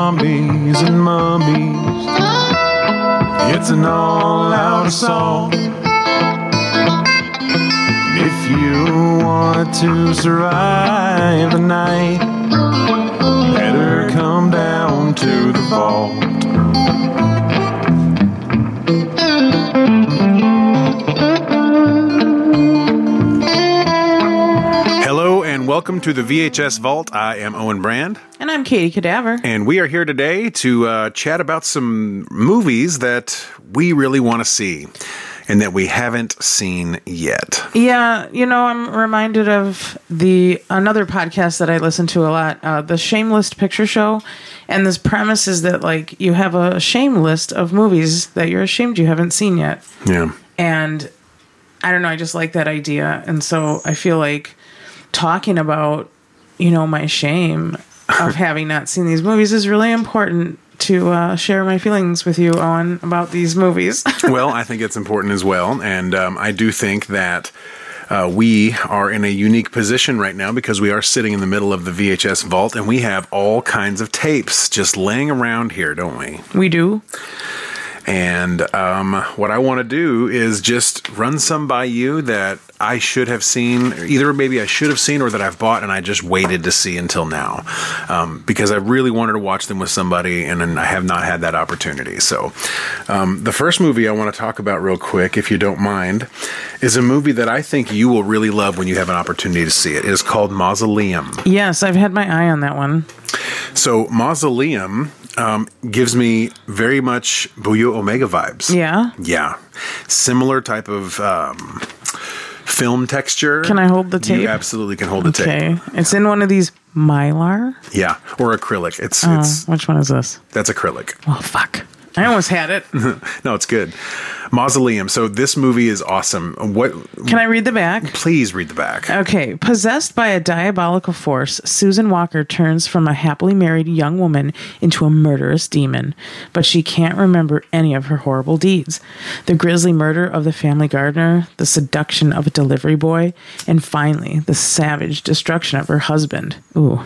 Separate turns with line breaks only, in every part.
daddies and mummies. It's an all out assault. If you want to survive the night, better come down to the vault. Hello and welcome to the VHS Vault. I am Owen Brand.
And I'm Katie Cadaver.
And we are here today to uh, chat about some movies that we really want to see and that we haven't seen yet.
Yeah, you know, I'm reminded of the another podcast that I listen to a lot, uh, the Shameless Picture Show, and this premise is that like you have a shame list of movies that you're ashamed you haven't seen yet,
Yeah.
and I don't know, I just like that idea, and so I feel like talking about you know my shame of having not seen these movies is really important to uh, share my feelings with you, Owen, about these movies.
well, I think it's important as well. And um, I do think that uh, we are in a unique position right now because we are sitting in the middle of the VHS vault and we have all kinds of tapes just laying around here, don't we?
we do.
And um, what I want to do is just run some by you that I should have seen, either maybe I should have seen or that I've bought and I just waited to see until now. Um, because I really wanted to watch them with somebody and, then I have not had that opportunity. So um, the first movie I want to talk about real quick, if you don't mind, is a movie that I think you will really love when you have an opportunity to see it. It is called Mausoleum.
Yes, I've had my eye on that one.
So Mausoleum um, gives me very much Buyo Omega vibes.
Yeah.
Yeah, similar type of um, film texture.
Can I hold the tape?
You absolutely can hold the tape.
Okay. It's in one of these mylar.
Yeah, or acrylic. It's
Oh,
it's
which one is this?
that's acrylic.
Oh fuck! I almost had it.
No, it's good. Mausoleum. So this movie is awesome. What?
Can I read the back?
Please read the back.
Okay. Possessed by a diabolical force, Susan Walker turns from a happily married young woman into a murderous demon, but she can't remember any of her horrible deeds. The grisly murder of the family gardener, the seduction of a delivery boy, and finally, the savage destruction of her husband. Ooh.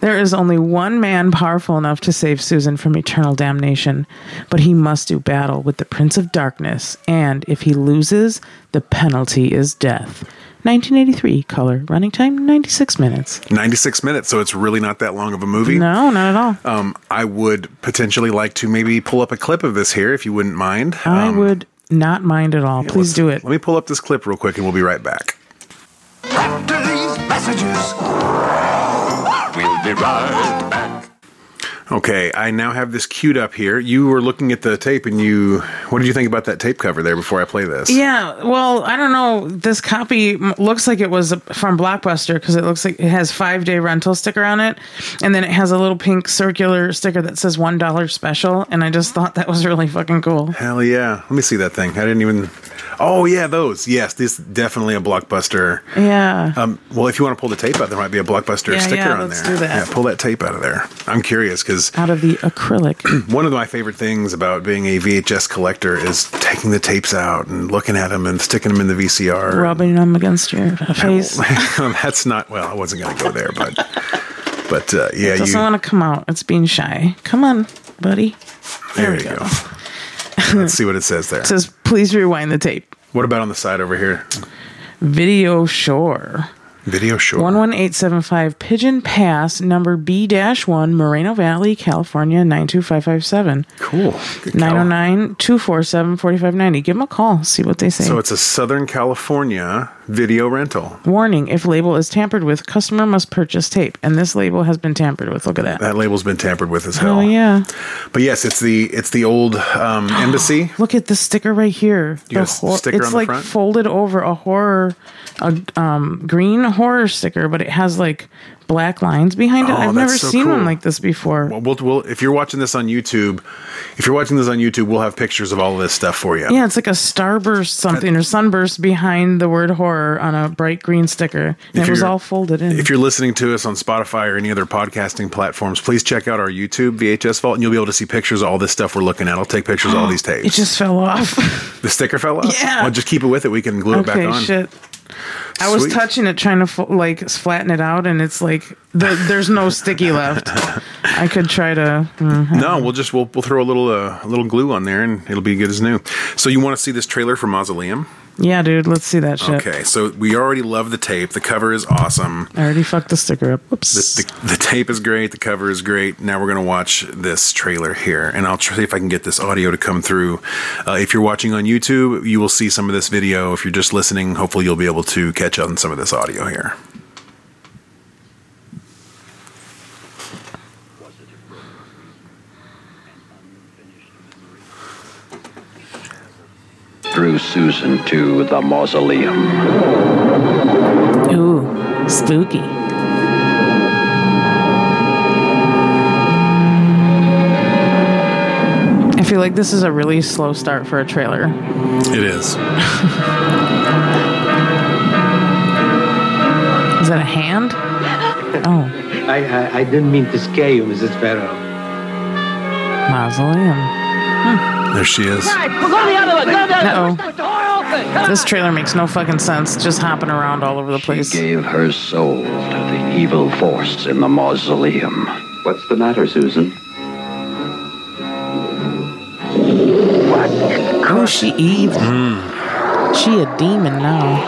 There is only one man powerful enough to save Susan from eternal damnation, but he must do battle with the Prince of Darkness, and if he loses, the penalty is death. 1983 color running time 96 minutes
96 minutes, so it's really not that long of a movie.
no not at all
Um, I would potentially like to maybe pull up a clip of this here if you wouldn't mind.
i
Um,
would not mind at all please
let's-
do it
Let me pull up this clip real quick and we'll be right back.
After these messages, we'll be right back.
Okay, I now have this queued up here. You were looking at the tape and you what did you think about that tape cover there before I play this?
yeah well i don't know this copy m- looks like it was from blockbuster because it looks like it has five day rental sticker on it and then it has a little pink circular sticker that says one dollar special and i just thought that was really fucking cool
Hell yeah. Let me see that thing. I didn't even Oh yeah, those. Yes, this is definitely a blockbuster.
yeah
Um, well, if you want to pull the tape out, there might be a blockbuster
Yeah,
sticker
yeah,
on
let's
there.
do that.
Yeah, pull that tape out of there. I'm curious because
out of the acrylic
one of my favorite things about being a VHS collector is taking the tapes out and looking at them and sticking them in the VCR.
rubbing them against your face
That's not well. I wasn't going to go there, but but uh, yeah, you.
doesn't want to come out it's being shy come on buddy
There you go. Let's see what it says there.
It says, please rewind the tape.
What about on the side over here?
Video Shore.
Video short.
11875 Pigeon Pass, number B 1, Moreno Valley, California, 92557.
Cool. Good call.
909 247 4590. oh. Give them a call, see what they say.
So it's a Southern California video rental.
Warning if label is tampered with, customer must purchase tape. And this label has been tampered with. Look at that.
That label's been tampered with as hell.
Oh, yeah.
But yes, it's the it's the old um, embassy.
Look at the sticker right here.
You got a sticker
it's
on the
like
front?
folded over a horror, a um, green horror sticker, but it has like black lines behind it.
Oh,
I've
that's
never
so
seen
cool.
one like this before.
Well, we'll, we'll if you're watching this on YouTube, if you're watching this on YouTube, we'll have pictures of all this stuff for you.
yeah, it's like a starburst something or sunburst behind the word horror on a bright green sticker. And
If
it was
you're-
all folded in.
If you're listening to us on Spotify or any other podcasting platforms, please check out our YouTube VHS Vault, and you'll be able to see pictures of all this stuff we're looking at. I'll take pictures of all these tapes.
it just fell off.
the sticker fell off.
Yeah.
Well, just keep it with it. We can glue it
okay,
back on.
shit. I was
Sweet.
touching it, trying to fl- like s- flatten it out, and it's like the, there's no sticky left. I could try to. mm.
No, we'll just we'll, we'll throw a little uh, a little glue on there, and it'll be good as new. So you want to see this trailer for Mausoleum?
Yeah, dude, let's see that shit.
Okay, so we already love the tape. The cover is awesome.
I already fucked the sticker up. Whoops.
The, the tape is great. The cover is great. Now we're going to watch this trailer here, and I'll try see if I can get this audio to come through. Uh, if you're watching on YouTube, you will see some of this video. If you're just listening, hopefully you'll be able to catch on some of this audio here.
threw Susan to the mausoleum.
Ooh, spooky. I feel like this is a really slow start for a trailer.
It is.
Is that a hand? Oh,
I, I, I didn't mean to scare you, Mrs. Farrow.
mausoleum.
There she is.
Uh oh. This trailer makes no fucking sense. Just hopping around all over the place.
She gave her soul to the evil force in the mausoleum.
What's the matter, Susan?
Oh, she evil. She a demon now.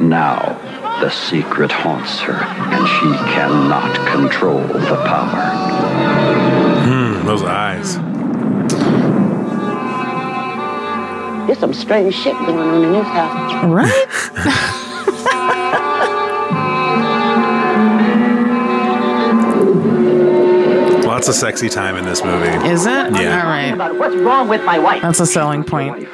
Now, the secret haunts her, and she cannot control the power.
Those eyes.
There's some strange shit going on in this house.
Right?
Lots of sexy time in this movie.
Is it?
Yeah.
All right.
About what's wrong with my wife.
That's a selling point.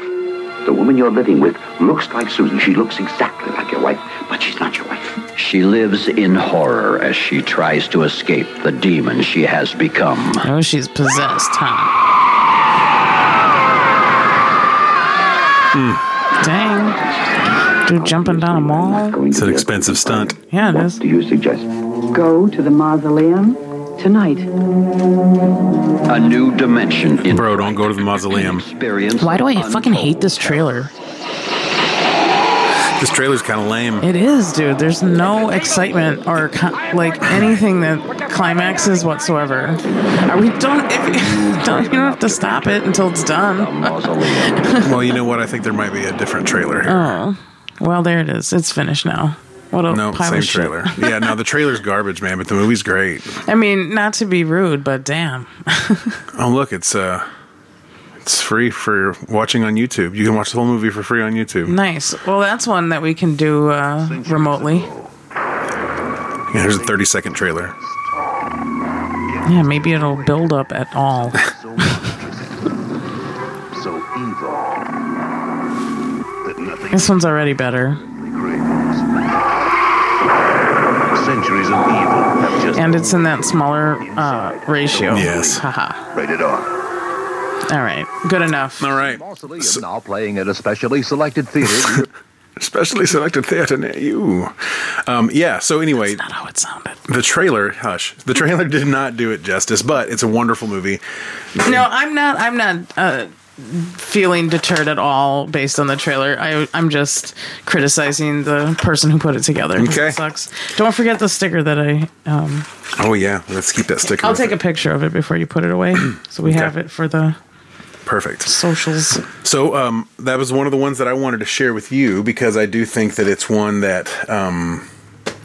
The woman you're living with looks like Susan. She looks exactly like your wife, but she's not your wife.
She lives in horror as she tries to escape the demon she has become.
Oh, she's possessed, huh?
Hmm.
Dang. Dude jumping down a wall.
It's an expensive stunt.
Yeah, it is.
Do you suggest?
go to the mausoleum tonight.
A new dimension in
Bro, don't go to the mausoleum.
experience.
Why do I
untold.
fucking hate this trailer?
This trailer's kind of lame.
It is, dude. There's no excitement or co- like anything that climaxes whatsoever. Are we don't? If, don't you don't have to stop it until it's
The
done.
mausoleum.
Well, you know what? I think there might be a different trailer here.
Oh, Well, there it is. It's finished now. What a
no,
pile
same
of shit.
trailer. yeah, no, the trailer's garbage, man, but the movie's great.
I mean, not to be rude, but damn.
Oh, look, it's uh, it's free for watching on YouTube. You can watch the whole movie for free on YouTube.
Nice. Well, that's one that we can do uh, remotely.
Yeah, here's a 30 second trailer.
Yeah, maybe it'll build up at all.
So evil that nothing
This one's already better,
craves. Centuries of evil have just
and it's in that smaller uh, ratio.
Yes.
Haha.
rated R.
all right. Good enough.
All right.
Mausoleum now playing at a specially selected theater.
Especially selected theater near you. Um, yeah, so anyway,
Not how it sounded.
the trailer, hush, the trailer did not do it justice, but it's a wonderful movie.
No, I'm not. I'm not uh, feeling deterred at all based on the trailer. I, I'm just criticizing the person who put it together. 'cause
Okay.
It sucks. Don't forget the sticker that I. Um,
Oh, yeah, let's keep that sticker.
I'll
with
take a
it.
picture of it before you put it away, so we have it for the
Perfect.
socials.
So um, that was one of the ones that I wanted to share with you because I do think that it's one that. Um,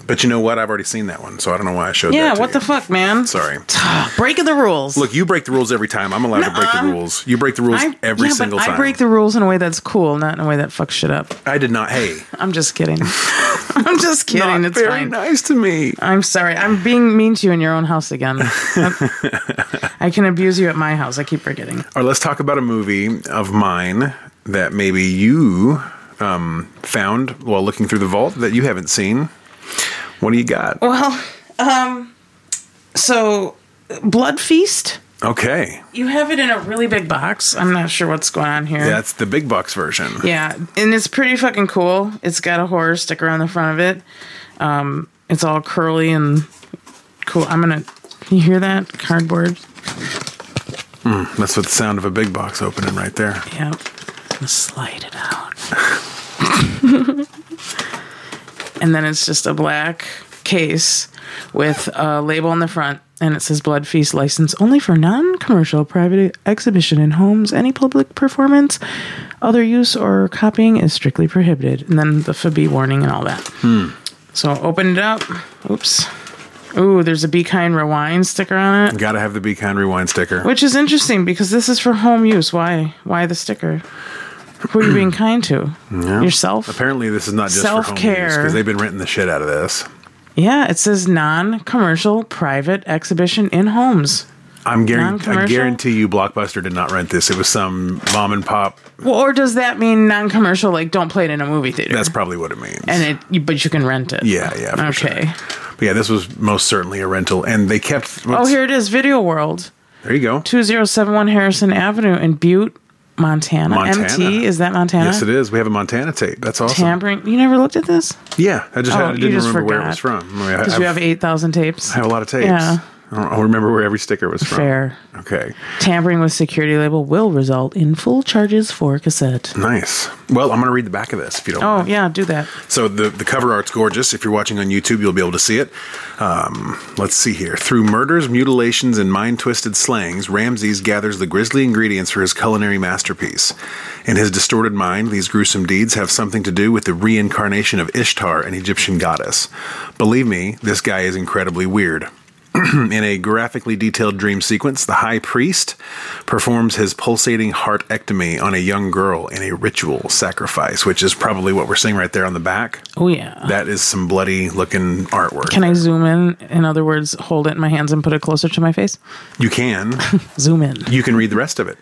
but you know what? I've already seen that one, so I don't know why I showed. that
Yeah.
to
What the
you.
fuck, man?
Sorry.
Breaking the rules.
Look, you break the rules every time. I'm allowed to break the
Nuh-uh.
rules. You break the rules
I,
every
yeah,
single
but
time.
I break the rules in a way that's cool, not in a way that fucks shit up.
I did not. Hey,
I'm just kidding. I'm just kidding.
not
it's
very
fine.
nice to me.
I'm sorry. I'm being mean to you in your own house again. I can abuse you at my house. I keep forgetting.
Or let's talk about a movie of mine that maybe you um, found while looking through the vault that you haven't seen. What do you got?
So, Blood Feast.
Okay,
You have it in a really big box. I'm not sure what's going on here.
that's the big box version.
Yeah, and it's pretty fucking cool. It's got a horror sticker on the front of it. Um, it's all curly and cool. I'm gonna. You hear that cardboard?
That's what the sound of a big box opening right there.
Yeah. gonna slide it out. and then it's just a black case with a label on the front and it says blood feast license only for non-commercial private exhibition in homes any public performance other use or copying is strictly prohibited and then the fb warning and all that so open it up oops ooh there's a be kind rewind sticker on it
Gotta have the Be Kind Rewind sticker.
which is interesting because this is for home use. Why? Why the sticker? Who are you being kind to? Yourself?
Apparently, this is not just for
Self-care.
home because they've been renting the shit out of this.
Yeah, it says non-commercial private exhibition in homes.
I'm guaran- I
Non-commercial?
guarantee you, Blockbuster did not rent this. It was some mom and pop.
Well, or does that mean non-commercial? Like, don't play it in a movie theater.
That's probably what it means.
and it, you- but you can rent it.
yeah, yeah. for sure.
Okay.
But yeah, this was most certainly a rental, and they kept.
Oh, here it is. Video World,
There you go.
two zero seven one Harrison Avenue in Butte, Montana.
Montana.
MT is that Montana?
Yes, it is. We have a Montana tape. That's awesome.
Tampering. You never looked at this
Yeah, I just
Oh,
had, I
you
didn't
just
remember where it
forgot.
was from. I, mean, I-
because
I've-
you have eight thousand tapes.
I have a lot of tapes.
Yeah.
I don't, I don't remember where every sticker was from.
Fair.
Okay.
Tampering with security label will result in full charges for cassette.
Nice. Well, I'm going to read the back of this if you don't.
Oh
mind.
yeah, do that.
So the the cover art's gorgeous. If you're watching on YouTube, you'll be able to see it. Um, let's see here. Through murders, mutilations, and mind twisted slangs, Ramses gathers the grisly ingredients for his culinary masterpiece. In his distorted mind, these gruesome deeds have something to do with the reincarnation of Ishtar, an Egyptian goddess. Believe me, this guy is incredibly weird. In a graphically detailed dream sequence, the high priest performs his pulsating heart ectomy on a young girl in a ritual sacrifice, which is probably what we're seeing right there on the back.
Oh yeah.
That is some bloody looking artwork.
Can I zoom in? In other words, hold it in my hands and put it closer to my face.
you can.
Zoom in.
You can read the rest of it.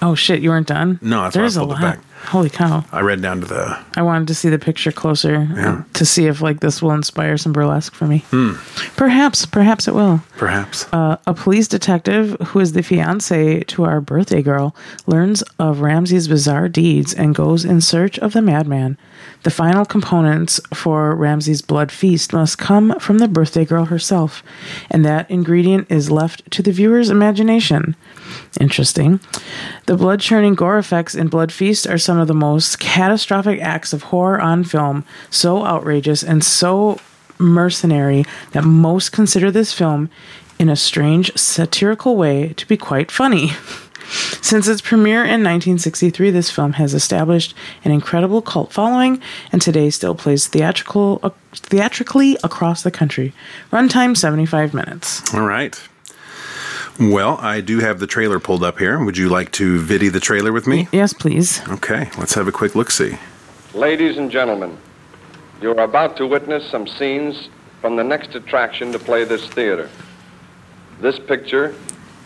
Oh shit, you weren't done.
No, that's why I
there's a
pulled it
lot.
back.
Holy cow!
I read down to the.
I wanted to see the picture closer uh, to see if like this will inspire some burlesque for me.
Hmm.
Perhaps, perhaps it will.
Perhaps.
Uh, a police detective who is the fiance to our birthday girl learns of Ramsey's bizarre deeds and goes in search of the madman. The final components for Ramsey's blood feast must come from the birthday girl herself, and that ingredient is left to the viewer's imagination. Interesting. The blood churning gore effects in Blood Feast are some of the most catastrophic acts of horror on film, so outrageous and so mercenary that most consider this film, in a strange satirical way, to be quite funny. Since its premiere in 1963, this film has established an incredible cult following and today still plays theatrical, uh, theatrically across the country. Runtime 75 minutes.
All right. Well, I do have the trailer pulled up here. Would you like to viddy the trailer with me?
Yes, please.
Okay, let's have a quick look see.
Ladies and gentlemen, you're about to witness some scenes from the next attraction to play this theater. This picture,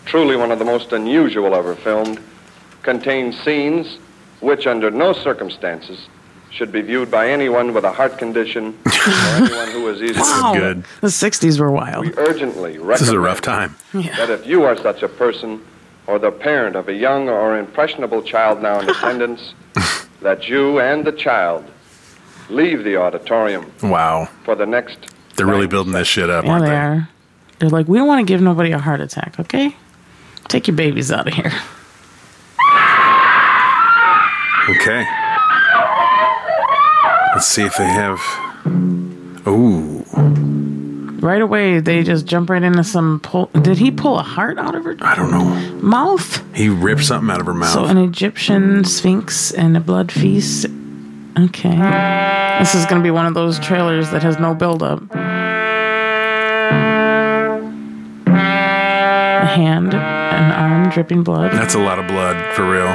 truly one of the most unusual ever filmed, contains scenes which, under no circumstances, should be viewed by anyone with a heart condition or anyone who is easily.
Wow. good.
The 60s were wild.
We urgently recommend
This is a rough time.
that if you are such a person or the parent of a young or impressionable child now in attendance, that you and the child leave the auditorium
Wow.
for the next.
They're really building this shit up,
Yeah,
aren't
they
they?
are. They're like, we don't want to give nobody a heart attack, okay? Take your babies out of here.
Okay. Let's see if they have. Ooh.
Right away, they just jump right into some pull. Did he pull a heart out of her
I don't know.
mouth?
He ripped something out of her mouth.
So, an Egyptian sphinx and a blood feast. Okay. This is going to be one of those trailers that has no buildup. A hand, an arm dripping blood.
That's a lot of blood, for real.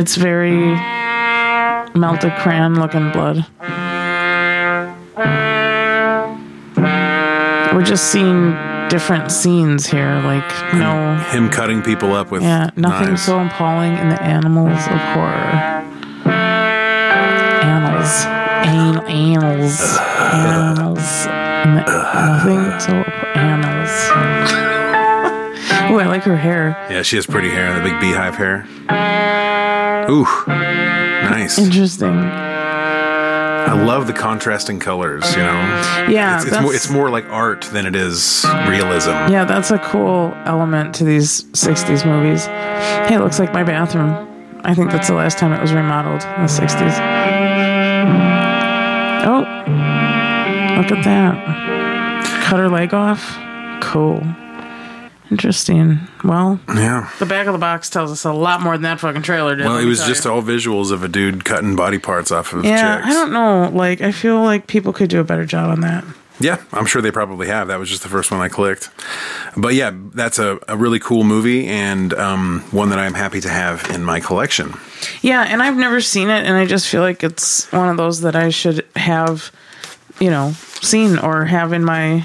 It's very melted crayon looking blood. We're just seeing different scenes here. Like, no.
Him cutting people up with.
Yeah, nothing
knives.
so appalling in the animals of horror. Animals. An- animals. Animals. N- nothing so. app- Animals. Ooh, I like her hair.
Yeah, she has pretty hair, the big beehive hair. Ooh. Nice.
Interesting.
I love the contrasting colors, you know?
Yeah,
It's, it's,
that's-
more, it's more like art than it is realism.
Yeah, that's a cool element to these 60s movies. Hey, it looks like my bathroom. I think that's the last time it was remodeled in the 60s. Oh, look at that. Cut her leg off. Cool. Interesting. Well,
Yeah.
the back of the box tells us a lot more than that fucking trailer did.
Well,
let
it
me
was
tell
just
you.
all visuals of a dude cutting body parts off of
Yeah,
chicks.
I don't know. Like, I feel like people could do a better job on that.
Yeah, I'm sure they probably have. That was just the first one I clicked. But yeah, that's a, a really cool movie and um, one that I'm happy to have in my collection.
Yeah, and I've never seen it, and I just feel like it's one of those that I should have, you know, seen or have in my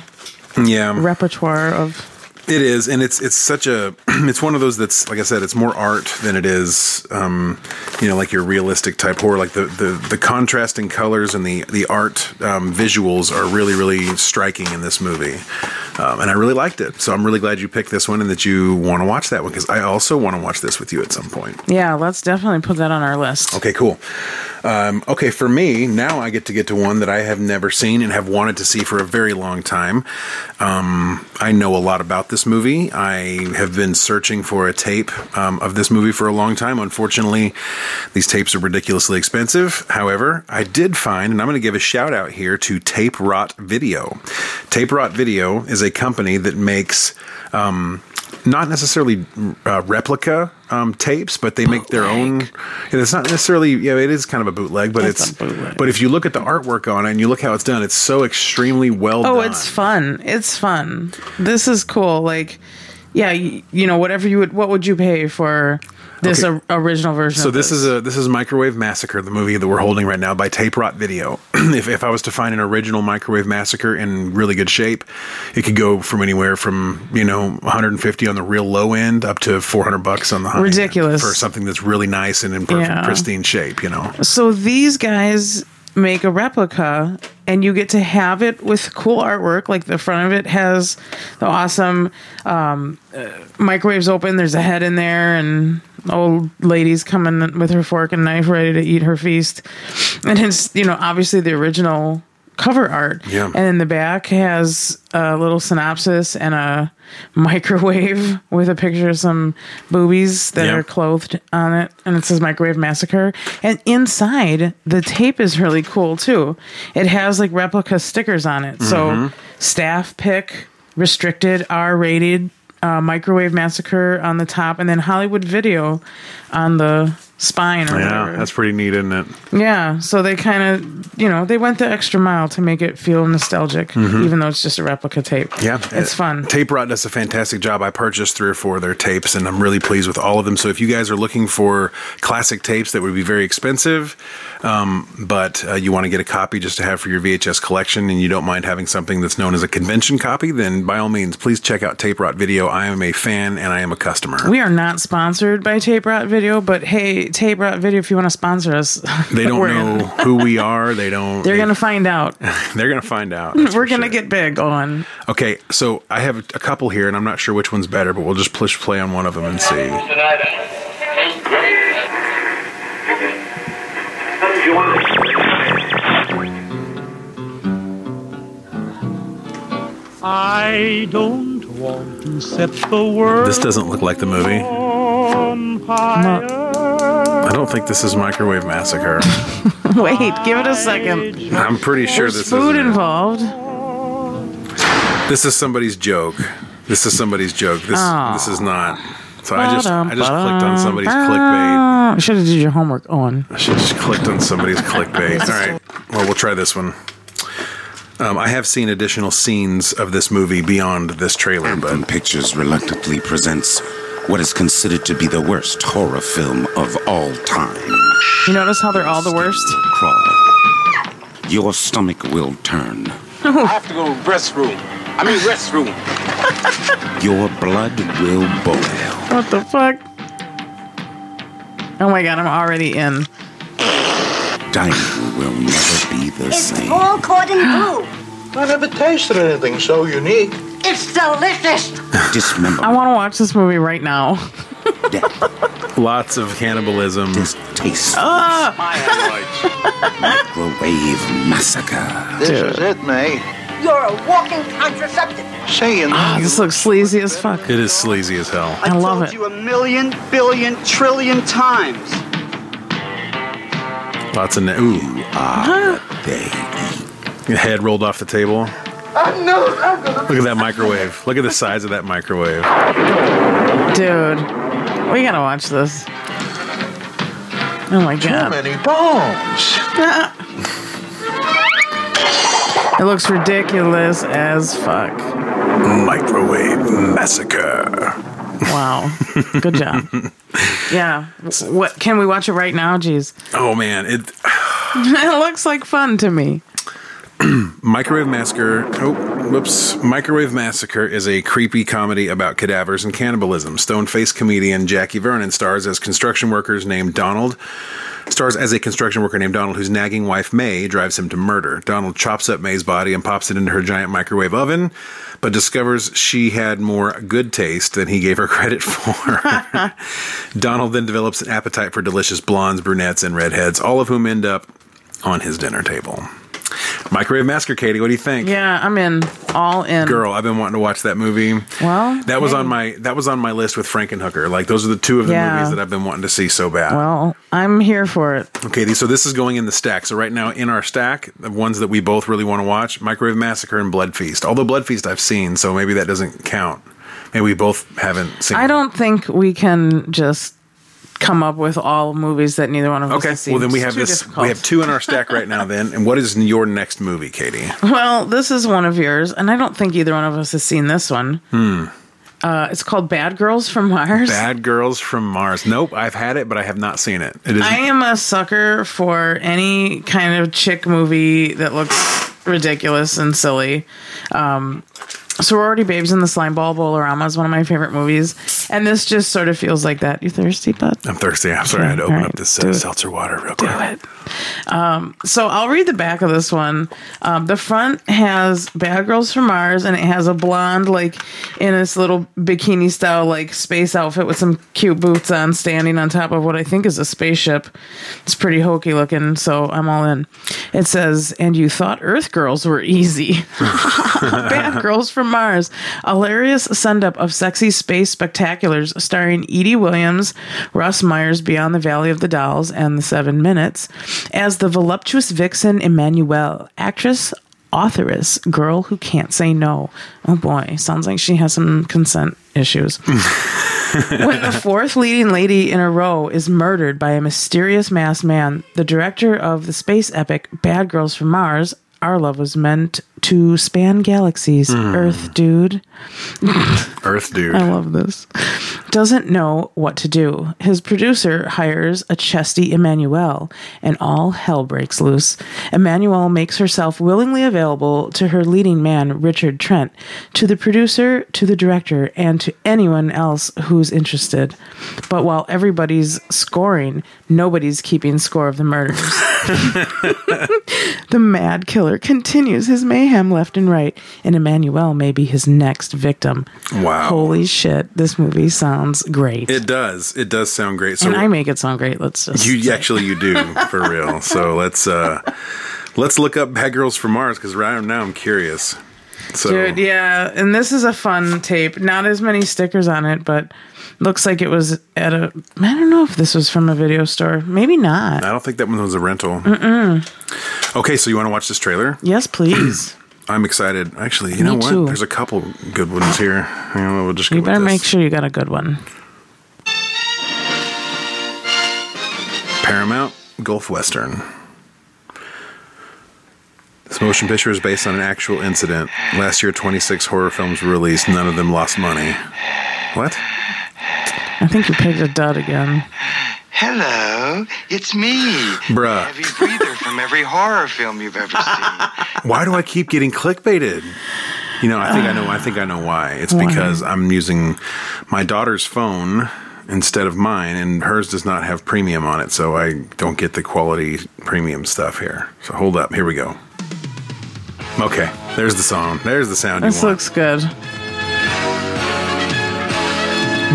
Yeah,
repertoire of.
it is, and it's it's such a it's one of those that's like I said, it's more art than it is, um, you know, like your realistic type horror. Like the the, the contrasting colors and the the art um, visuals are really really striking in this movie, um, and I really liked it. So I'm really glad you picked this one and that you want to watch that one because I also want to watch this with you at some point.
Yeah, let's definitely put that on our list.
Okay, cool. Um, okay, for me, now I get to get to one that I have never seen and have wanted to see for a very long time. Um, I know a lot about this movie. I have been searching for a tape um, of this movie for a long time. Unfortunately, these tapes are ridiculously expensive. However, I did find, and I'm going to give a shout out here to Tape Rot Video. Tape Rot Video is a company that makes. Um, not necessarily uh, replica um, tapes, but they make their own. and It's not necessarily, yeah, it is kind of a bootleg, but
It's
it's,
a bootleg.
but if you look at the artwork on it and you look how it's done, it's so extremely well done.
Oh, it's fun. It's fun. This is cool. Like, yeah, you, you know, whatever you would, what would you pay for this
Okay.
or- original version?
So
of
this is a this is Microwave Massacre, the movie that we're holding right now by Tape Rot Video. if, if I was to find an original Microwave Massacre in really good shape, it could go from anywhere from you know 150 on the real low end up to 400 bucks on the high end
Ridiculous.
for something that's really nice and in perfect,
Yeah.
pristine shape. You know,
So these guys make a replica and you get to have it with cool artwork like the front of it has the awesome um, uh, microwaves open there's a head in there and old lady's coming with her fork and knife ready to eat her feast and it's you know obviously the original cover art
Yeah.
and in the back has a little synopsis and a microwave with a picture of some boobies that
Yeah.
are clothed on it and it says microwave massacre and inside the tape is really cool too it has like replica stickers on it
Mm-hmm.
so staff pick restricted r rated uh, microwave massacre on the top and then hollywood video on the spine or
yeah,
whatever.
that's pretty neat, isn't it?
yeah so they kind of you know they went the extra mile to make it feel nostalgic even though it's just a replica tape
Mm-hmm. Yeah,
it's
Uh,
fun
Tape Rot does a fantastic job. I purchased three or four of their tapes, and I'm really pleased with all of them. So if you guys are looking for classic tapes that would be very expensive, um, but uh, you want to get a copy just to have for your VHS collection, and you don't mind having something that's known as a convention copy, then by all means, please check out Tape Rot Video. I am a fan and I am a customer.
We are not sponsored by Tape Rot Video, but hey, Tape Rot Video, if you want to sponsor us,
they don't
we're
know
in.
who we are. They don't.
They're
they-
gonna find out.
They're gonna find out. that's
We're
for
gonna
sure.
get big on.
Okay, so I have a couple here, and I'm not sure which one's better, but we'll just push play on one of them and see.
uh,
I don't want to set the world
This doesn't look like the movie.
on fire.
I don't think this is Microwave Massacre.
Wait, give it a second.
I'm pretty sure this
There's food
is
involved.
this is somebody's joke. This is somebody's joke. This
Oh.
this is not. So I just I just clicked on somebody's clickbait.
Should have did your homework, Owen.
I should just clicked on somebody's clickbait. All right. Well, we'll try this one. Um, I have seen additional scenes of this movie beyond this trailer, but
Pictures reluctantly presents what is considered to be the worst horror film of all time.
You notice how they're all the worst?
Crawl. Your stomach will turn.
Oh.
I have to go to the restroom. I mean, restroom.
Your blood will boil.
What the fuck? Oh my god, I'm already in.
Dining will never be the same.
all cordon blue.
I never tasted anything so unique.
It's delicious.
I
Dismemberment,
want to watch this movie right now.
death,
lots of cannibalism.
distaste,
Ah.
My hemorrhoids.
microwave massacre.
this is it, May.
You're a walking contraceptive.
Saying
Ah, this looks sleazy as fuck.
It is sleazy as hell.
I love it.
a million, billion, trillion times.
Lots of na- ooh. ah, Your head rolled off the table.
I know. I'm gonna.
Look at that microwave. Look at the size of that microwave.
Dude, we gotta watch this. Oh my
Too
god.
many bombs.
It looks ridiculous as fuck.
Microwave massacre.
Wow. Good job. Yeah. What can we watch it right now? Jeez.
Oh man, it
It looks like fun to me.
Microwave Massacre. Oh, whoops. Microwave Massacre is a creepy comedy about cadavers and cannibalism. Stone faced comedian Jackie Vernon stars as construction workers named Donald. Stars as a construction worker named Donald, whose nagging wife May drives him to murder. Donald chops up May's body and pops it into her giant microwave oven, but discovers she had more good taste than he gave her credit for. Donald then develops an appetite for delicious blondes, brunettes, and redheads, all of whom end up on his dinner table. Microwave Massacre, Katie. What do you think?
Yeah, I'm in. All in.
Girl, I've been wanting to watch that movie.
Well,
That was
hey.
on my that was on my list with Frankenhooker. Like those are the two of the
Yeah.
movies that I've been wanting to see so bad.
Well, I'm here for it.
okay, these- so this is going in the stack. So right now in our stack, the ones that we both really want to watch, Microwave Massacre and Blood Feast. Although Blood Feast I've seen, so maybe that doesn't count. Maybe we both haven't seen.
I
it.
don't think we can just come up with all movies that neither one of us
Okay,
has seen.
well then we
It's
have
too
this.
difficult.
We have two in our stack right now. Then, and what is your next movie, Katie?
Well, this is one of yours, and I don't think either one of us has seen this one. Hmm. Uh, it's called Bad Girls from Mars.
Bad Girls from Mars. Nope, I've had it, but I have not seen it. It is.
I am a sucker for any kind of chick movie that looks ridiculous and silly. Um, Sorority Babes in the Slime Ball Bolorama is one of my favorite movies, and this just sort of feels like that. You thirsty, bud?
I'm thirsty. I'm sorry. I had to open
All right,
up this
do
uh,
it.
seltzer water real quick.
it. Um, so I'll read the back of this one. Um, the front has Bad Girls from Mars, and it has a blonde, like in this little bikini style, like space outfit with some cute boots on, standing on top of what I think is a spaceship. It's pretty hokey looking, so I'm all in. It says, "And you thought Earth girls were easy." Bad Girls from Mars, a hilarious send up of sexy space spectaculars starring Edie Williams, Russ Myers, Beyond the Valley of the Dolls, and The Seven Minutes, as the voluptuous vixen Emmanuelle, actress, authoress, girl who can't say no. Oh boy, sounds like she has some consent issues when the fourth leading lady in a row is murdered by a mysterious masked man, the director of the space epic Bad Girls from Mars, Our Love Was Meant to Span Galaxies, Earth Dude.
Earth dude.
I love this. Doesn't know what to do. His producer hires a chesty Emmanuel, and all hell breaks loose. Emmanuel makes herself willingly available to her leading man, Richard Trent, to the producer, to the director, and to anyone else who's interested. But while everybody's scoring, nobody's keeping score of the murders. The mad killer continues his mayhem left and right, and Emmanuel may be his next victim.
Wow.
Holy shit, this movie sounds great.
It does. It does sound great. So
and I make it sound great. Let's just.
you actually you do for real. So let's uh let's look up Bad Girls from Mars because right now I'm curious. So
Dude, yeah. And this is a fun tape. Not as many stickers on it, but looks like it was at a. I don't know if this was from a video store. Maybe not.
I don't think that one was a rental. Okay, so you want to watch this trailer?
Yes, please.
I'm excited. Actually, you know what?
too.
There's a couple good ones here. You know, we'll just go
you
with
better
this.
make sure you got a good one.
Paramount Gulf Western. This motion picture is based on an actual incident. Last year, 26 horror films were released. None of them lost money. What?
I think you picked a dud again.
Hello, it's me.
Bruh.
Heavy breather from every horror film you've ever seen.
Why do I keep getting clickbaited? You know, I think I know. I think I know why. It's
Why?
because I'm using my daughter's phone instead of mine, and hers does not have premium on it, so I don't get the quality premium stuff here. So hold up. Here we go. Okay, there's the song. There's the sound.
This
you want.
looks good.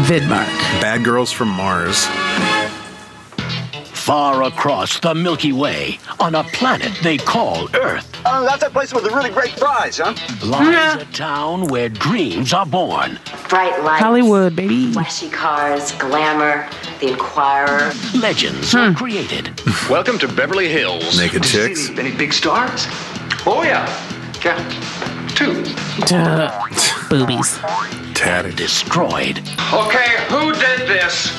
Vidmark.
Bad Girls from Mars.
Far across the Milky Way, on a planet they call Earth,
Um, that's that place with the really great fries, huh?
lies a town where dreams are born.
Bright lights,
Hollywood, baby.
flashy cars, glamour, The Inquirer.
Legends are created.
Welcome to Beverly Hills.
Naked chicks.
Any big stars? Oh, yeah. Yeah. Two.
Boobies.
Tatted.
Destroyed.
Okay, who did this?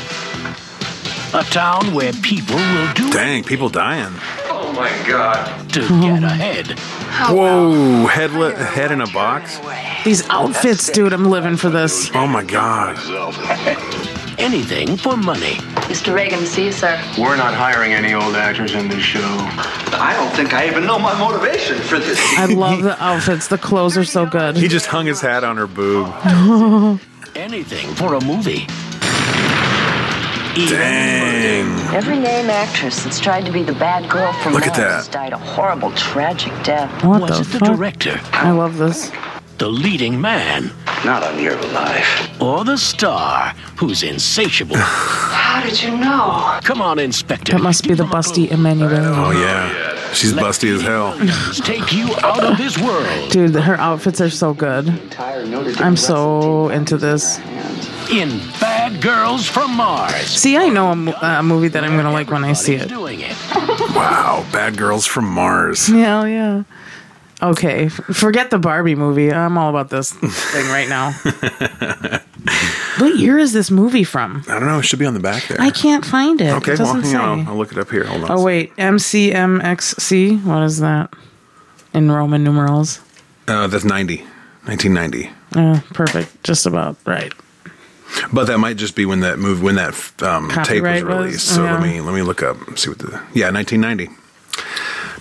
A town where people will do
Dang, people dying.
Oh, my God.
to get ahead.
Whoa, head, li- head in a box.
These outfits, dude, I'm living for this.
Oh my god.
Anything for money.
Mr. Reagan to see you, sir.
We're not hiring any old actors in this show.
I don't think I even know my motivation for this.
I love the outfits. The clothes are so good.
He just hung his hat on her boob.
Anything for a movie.
Dang.
Every name actress that's tried to be the bad girl from
Look at
Mars
that.
has died a horrible, tragic death.
What
Was
the
it the
fuck?
director,
I love this.
the leading man,
Not on your life.
or the star who's insatiable?
How did you know?
Come on, Inspector.
That must be the busty Emmanuel.
Oh yeah. She's busty as hell.
Take you out of this world
Dude, her outfits are so good. I'm so into this.
in Bad Girls from Mars.
See, I know a, mo- a movie that I'm going to like when I see it.
Doing it.
Wow, bad girls from Mars.
Hell yeah. Okay, f- forget the Barbie movie. I'm all about this thing right now. what year is this movie from?
I don't know, it should be on the back there.
I can't find it.
Okay,
it
well,
doesn't
hang on.
say.
I'll look it up here. Hold on.
Oh wait, MCMXC. What is that? In Roman numerals.
Uh, that's 90, 1990.
Uh, perfect. Just about right.
But that might just be when that move when that um, tape was
Copyright was-
released. so let
yeah.
me let me look up and see what the yeah 1990.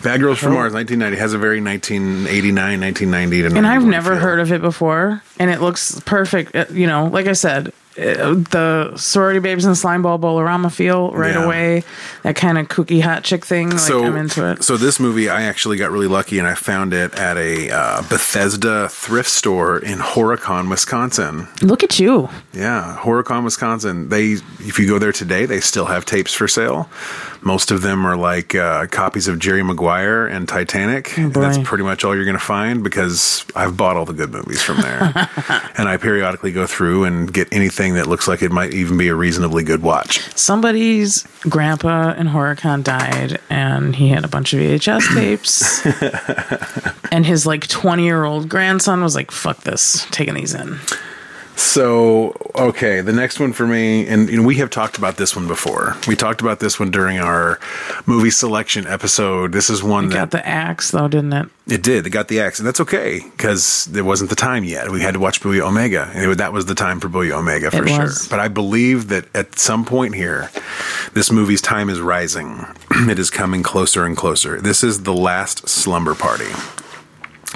Bad Girls
Oh.
from Mars 1990 has a very 1989 1990 to
And I've
91
never
feel.
heard of it before, and it looks perfect. Uh, You know, like I said, uh, the sorority babes and slime ball bolorama feel right
Yeah.
away. That kind of kooky hot chick thing. Like
so
I'm into it.
so this movie I actually got really lucky and I found it at a uh, Bethesda thrift store in Horicon, Wisconsin.
Look at you.
Yeah, Horicon, Wisconsin. They, if you go there today, they still have tapes for sale. Most of them are like uh, copies of Jerry Maguire and Titanic.
Oh, boy.
That's pretty much all you're going to find because I've bought all the good movies from there, and I periodically go through and get anything that looks like it might even be a reasonably good watch.
Somebody's grandpa in Horicon died, and he had a bunch of VHS tapes. and his like 20 year old grandson was like, fuck this, taking these in.
So, okay, the next one for me, and, and we have talked about this one before. We talked about this one during our movie selection episode. This is one that
Got the axe, though, didn't it?
It did. It got the axe, and that's okay because it wasn't the time yet. We had to watch Booyah Omega, and it- that was the time for Booyah Omega for
It
sure.
was.
But I believe that at some point here, this movie's time is rising. it is coming closer and closer. This is the last slumber party.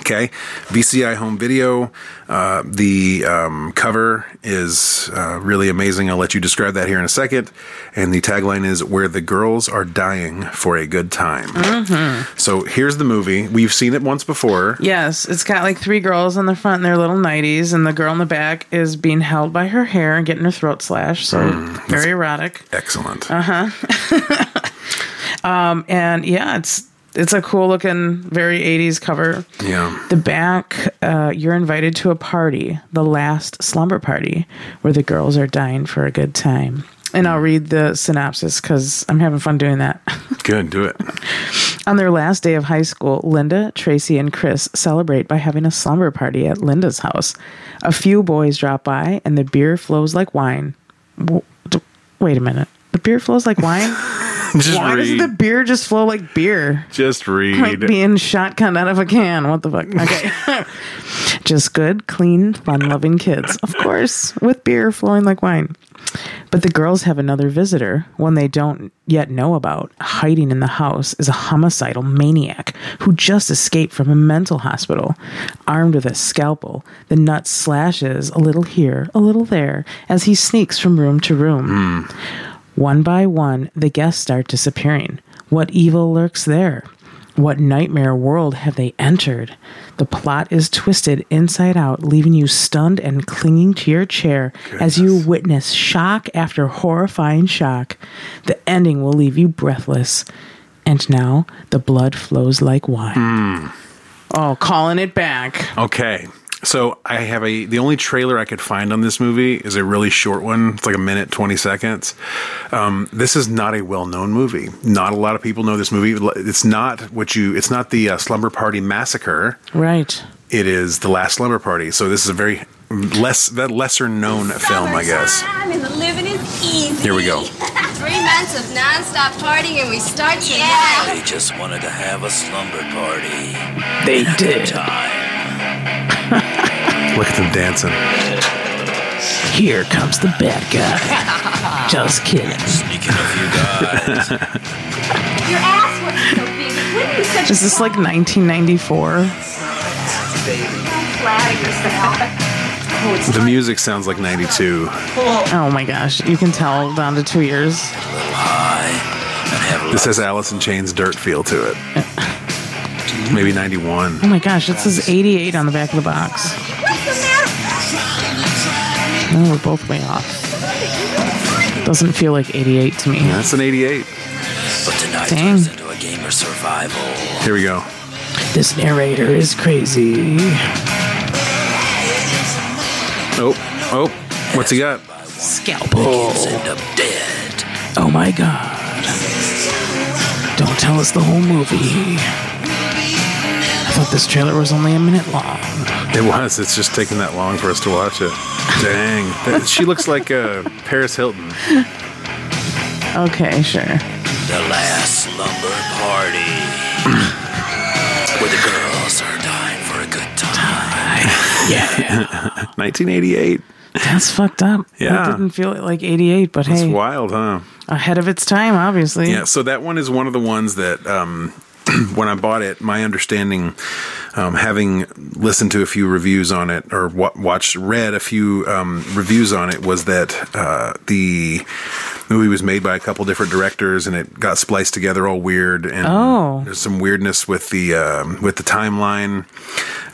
Okay, VCI home video. Uh, the um, cover is uh, really amazing. I'll let you describe that here in a second. And the tagline is "Where the girls are dying for a good time." So here's the movie. We've seen it once before.
Yes, it's got like three girls in the front in their little 90s, and the girl in the back is being held by her hair and getting her throat slashed. So, very erotic.
Excellent.
And yeah, it's. It's a cool looking, very 80s cover.
Yeah.
The back, uh, you're invited to a party, the last slumber party, where the girls are dying for a good time. And I'll read the synopsis because I'm having fun doing that.
Good. Do it.
On their last day of high school, Linda, Tracy, and Chris celebrate by having a slumber party at Linda's house. A few boys drop by, and the beer flows like wine. W- d- Wait a minute. The beer flows like wine?
Just
Why doesn't
read.
the beer just flow like beer?
Just
like
read.
being shotgun out of a can. What the fuck? Okay. Just good, clean, fun loving kids. Of course, with beer flowing like wine. But the girls have another visitor, one they don't yet know about. Hiding in the house is a homicidal maniac who just escaped from a mental hospital. Armed with a scalpel, the nut slashes a little here, a little there, as he sneaks from room to room. One by one, the guests start disappearing. What evil lurks there? What nightmare world have they entered? The plot is twisted inside out, leaving you stunned and clinging to your chair as you witness shock after horrifying shock. The ending will leave you breathless. And now the blood flows like wine. Oh, Hmm. calling it back.
okay. So I have a the only trailer I could find on this movie is a really short one. It's like a minute twenty seconds. Um, this is not a well known movie. Not a lot of people know this movie. It's not what you. It's not the uh, Slumber Party Massacre.
Right.
It is the Last Slumber Party. So this is a very less that lesser known film, I guess.
Summertime and the living is easy.
Here we go.
Three months of nonstop partying, and we start tonight.
They just wanted to have a slumber party.
They
And a
did.
good time.
Look at them dancing.
Here comes the bad guy. Just kidding.
Speaking of you guys,
Your ass wasn't so big. When you such
Is this like 1994?
flat of yourself? Oh,
The music sounds like '92.
Oh my gosh, you can tell down to two years.
This has Alice in Chains dirt feel to it. Maybe '91.
Oh my gosh, it says 88 on the back of the box. No, we're both way off. Doesn't feel like 88 to me.
That's an '88.
but tonight
Dang.
turns into a game of survival.
Here we go.
This narrator is crazy.
Oh, oh, what's he got?
Scalpel.
End up dead.
Oh my god. Don't tell us the whole movie. I thought this trailer was only a minute long.
It was. It's just taking that long for us to watch it. Dang, That- she looks like uh, Paris Hilton.
Okay, sure.
The last slumber party. where the girls are dying for a good time.
Yeah.
1988.
That's fucked up.
Yeah.
It didn't feel like 88, but
That's
hey,
wild, huh?
ahead of its time, obviously.
Yeah, so that one is one of the ones that um, when I bought it, my understanding, um, having listened to a few reviews on it or wa- watched, read a few um, reviews on it, was that uh, the movie was made by a couple different directors and it got spliced together all weird and
Oh.
there's some weirdness with the um, with the timeline.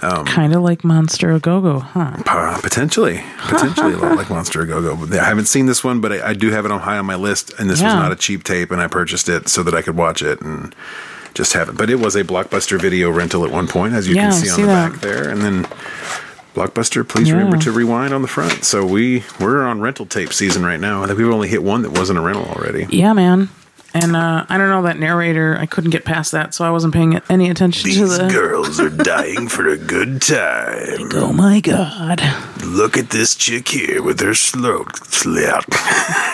Um,
Kind of like Monster a Go Go, huh?
Uh, potentially, potentially a lot like Monster Go Go. But I haven't seen this one, but I, I do have it on high on my list. And this was
Yeah.
not a cheap tape, and I purchased it so that I could watch it and just have it. But it was a Blockbuster video rental at one point, as you
Yeah,
can
I
see on
see
the
that.
back there. And then Blockbuster, please
Yeah.
remember to rewind on the front. So we we're on rental tape season right now. I think we've only hit one that wasn't a rental already.
Yeah, man. And uh, I don't know that narrator. I couldn't get past that, so I wasn't paying any attention to the.
girls are dying for a good time.
Oh my god!
Look at this chick here with her throat slit.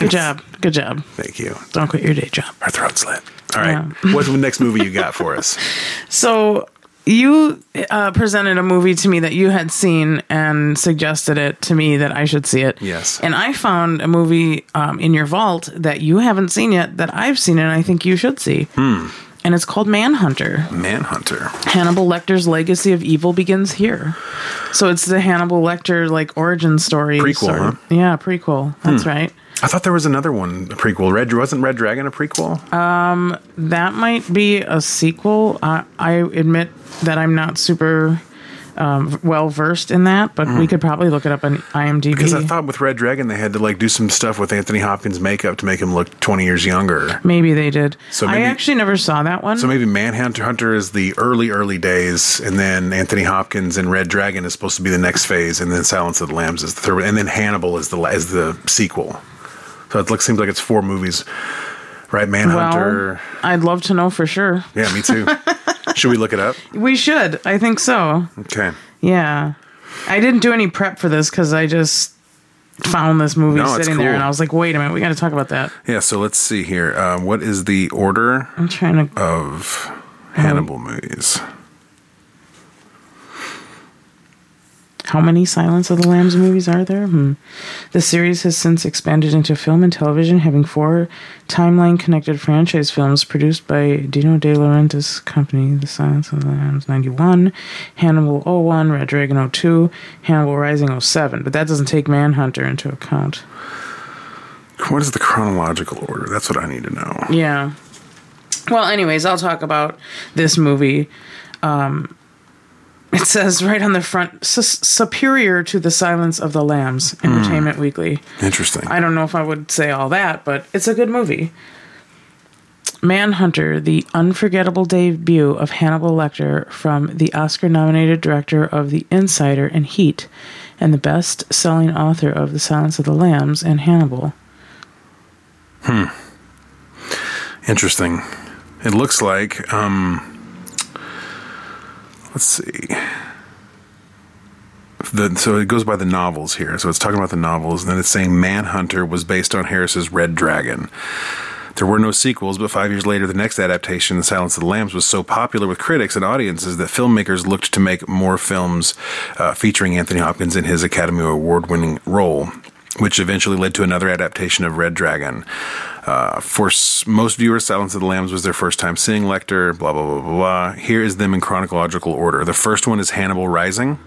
Good job. Good job.
Thank you.
Don't quit your day job.
Her throat slit. All right. What's the next movie you got for us?
So you uh, presented a movie to me that you had seen and suggested it to me that I should see it.
Yes.
And I found a movie um, in your vault that you haven't seen yet that I've seen and I think you should see.
Hmm.
And it's called Manhunter.
Manhunter.
Hannibal Lecter's legacy of evil begins here. So it's the Hannibal Lecter like origin story.
Prequel,
sort of-
huh?
Yeah, prequel. That's
Hmm.
right.
I thought there was another one, a prequel. Red wasn't Red Dragon a prequel?
Um, that might be a sequel. I, I admit that I'm not super um, well versed in that, but we
Mhm.
could probably look it up on IMDb.
Because I thought with Red Dragon they had to like do some stuff with Anthony Hopkins makeup to make him look twenty years younger.
maybe they did.
So
I
maybe-
actually never saw that one.
So maybe Manhunter Hunter is the early, early days, and then Anthony Hopkins and Red Dragon is supposed to be the next phase, and then Silence of the Lambs is the third, one, and then Hannibal is the la- is the sequel. So it looks seems like it's four movies, right? Manhunter.
Well, I'd love to know for sure.
yeah, me too. Should we look it up?
We should. I think so.
Okay.
Yeah. I didn't do any prep for this because I just found this movie
No, it's
sitting there
cool.
and I was like, wait a minute, we got to talk about that.
Yeah, so let's see here. Um, what is the order
I'm trying to.
of Hannibal movies?
How many Silence of the Lambs movies are there? Hmm. The series has since expanded into film and television, having four timeline connected franchise films produced by Dino De Laurentiis' company, The Silence of the Lambs 91, Hannibal 01, Red Dragon 02, Hannibal Rising 07. But that doesn't take Manhunter into account.
What is the chronological order? That's what I need to know.
Yeah. Well, anyways, I'll talk about this movie. Um, it says right on the front, "Sus- superior to the Silence of the Lambs, Entertainment Weekly.
Interesting.
I don't know if I would say all that, but it's a good movie. Manhunter, the unforgettable debut of Hannibal Lecter from the Oscar nominated director of The Insider and Heat, and the best selling author of The Silence of the Lambs and Hannibal.
Hmm. Interesting. It looks like, um, let's see. The, so it goes by the novels here. So it's talking about the novels, and then it's saying Manhunter was based on Harris's Red Dragon. There were no sequels, but five years later, the next adaptation, The Silence of the Lambs, was so popular with critics and audiences that filmmakers looked to make more films uh, featuring Anthony Hopkins in his Academy Award winning role, which eventually led to another adaptation of Red Dragon. Uh, for s- most viewers, Silence of the Lambs was their first time seeing Lecter, blah, blah, blah, blah, blah. Here is them in chronological order. The first one is Hannibal Rising,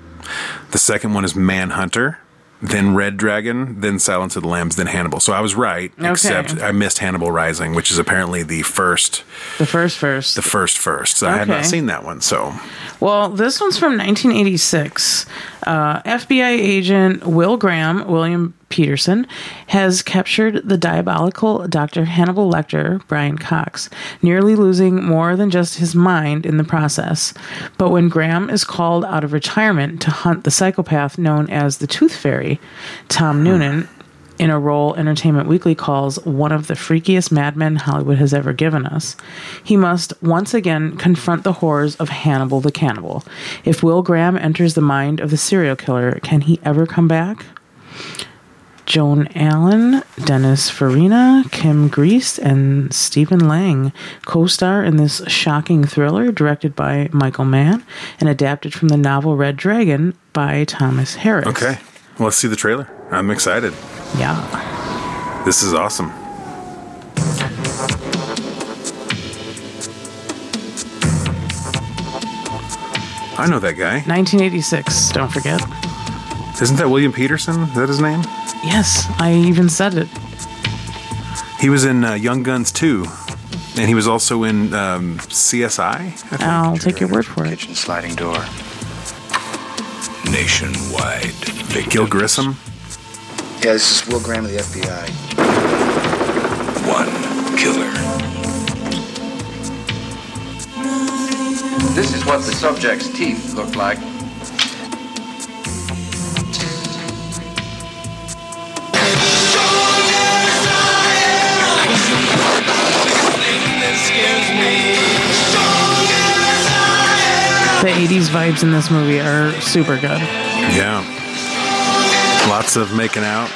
the second one is Manhunter. Then Red Dragon, then Silence of the Lambs, then Hannibal. So I was right,
Okay.
except I missed Hannibal Rising, which is apparently the first,
The first first.
the first first. So I had not
Okay.
seen that one. So
Well, this one's from 1986. Uh, FBI agent Will Graham, William Peterson, has captured the diabolical Dr. Hannibal Lecter, Brian Cox, nearly losing more than just his mind in the process. But when Graham is called out of retirement to hunt the psychopath known as the Tooth Fairy, Tom Noonan, in a role Entertainment Weekly calls one of the freakiest madmen Hollywood has ever given us. He must once again confront the horrors of Hannibal the Cannibal. If Will Graham enters the mind of the serial killer, can he ever come back? Joan Allen, Dennis Farina, Kim Grease, and Stephen Lang co star in this shocking thriller directed by Michael Mann and adapted from the novel Red Dragon by Thomas Harris.
okay, well, let's see the trailer. I'm excited.
Yeah.
This is awesome. I know that guy.
1986, don't forget.
Isn't that William Peterson? Is that his name?
Yes, I even said it.
He was in uh, Young Guns 2, and he was also in um, CSI.
I'll take your word for it.
Kitchen sliding door.
Nationwide.
Gil Grissom.
Yeah, this is Will Graham of the FBI.
One killer.
This is what the subject's teeth looked like.
The 80s vibes in this movie are super good.
Yeah. Lots of making out.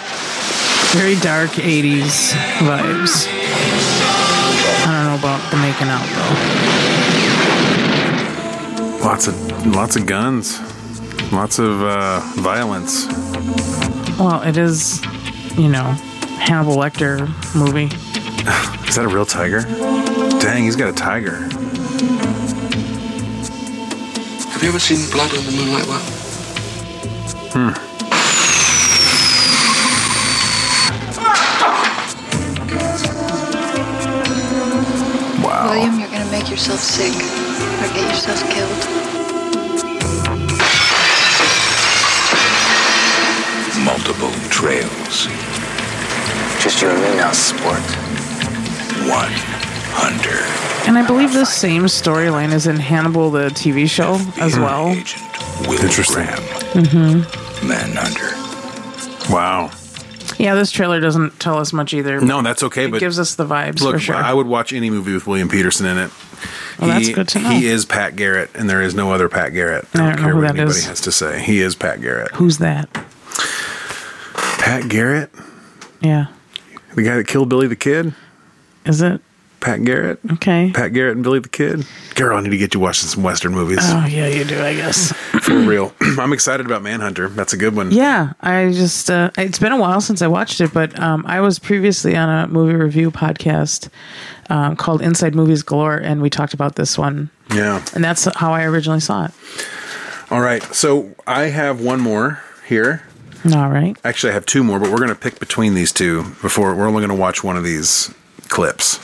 Very dark 80s vibes. I don't know about the making out
Lots of lots of guns. Lots of uh, violence.
though. Well, it is, you know, Hannibal Lecter movie.
Is that a real tiger? Dang, he's got a tiger.
Have you ever seen blood on the moonlight well?
Hmm.
William, you're gonna make yourself sick or get yourself killed.
Multiple trails. Just you and me now, sport. One hunter.
And I believe the same storyline is in Hannibal, the TV show,
Mm-hmm.
Hmm.
as well.
Will Interesting. Graham.
hmm
Manhunter.
Wow.
Yeah, this trailer doesn't tell us much either.
No, that's okay.
It
but
gives us the vibes
look,
for sure.
I would watch any movie with William Peterson in it.
Well, that's good to know.
He is Pat Garrett, and there is no other Pat Garrett.
I don't know who
what
that
anybody
is.
has to say. He is Pat Garrett.
Who's that?
Pat Garrett,
Yeah.
the guy that killed Billy the Kid.
Is it?
Pat Garrett.
Okay.
Pat Garrett and Billy the Kid. Girl, I need to get you watching some Western movies.
Oh, yeah, you do, I guess.
For real. I'm excited about Manhunter. That's a good one.
Yeah, I just uh, it's been a while since I watched it, but um, I was previously on a movie review podcast um, called Inside Movies Galore, and we talked about this one,
Yeah.
and that's how I originally saw it.
All right. So I have one more here.
All right,
Actually, I have two more, but we're going to pick between these two before we're only going to watch one of these clips.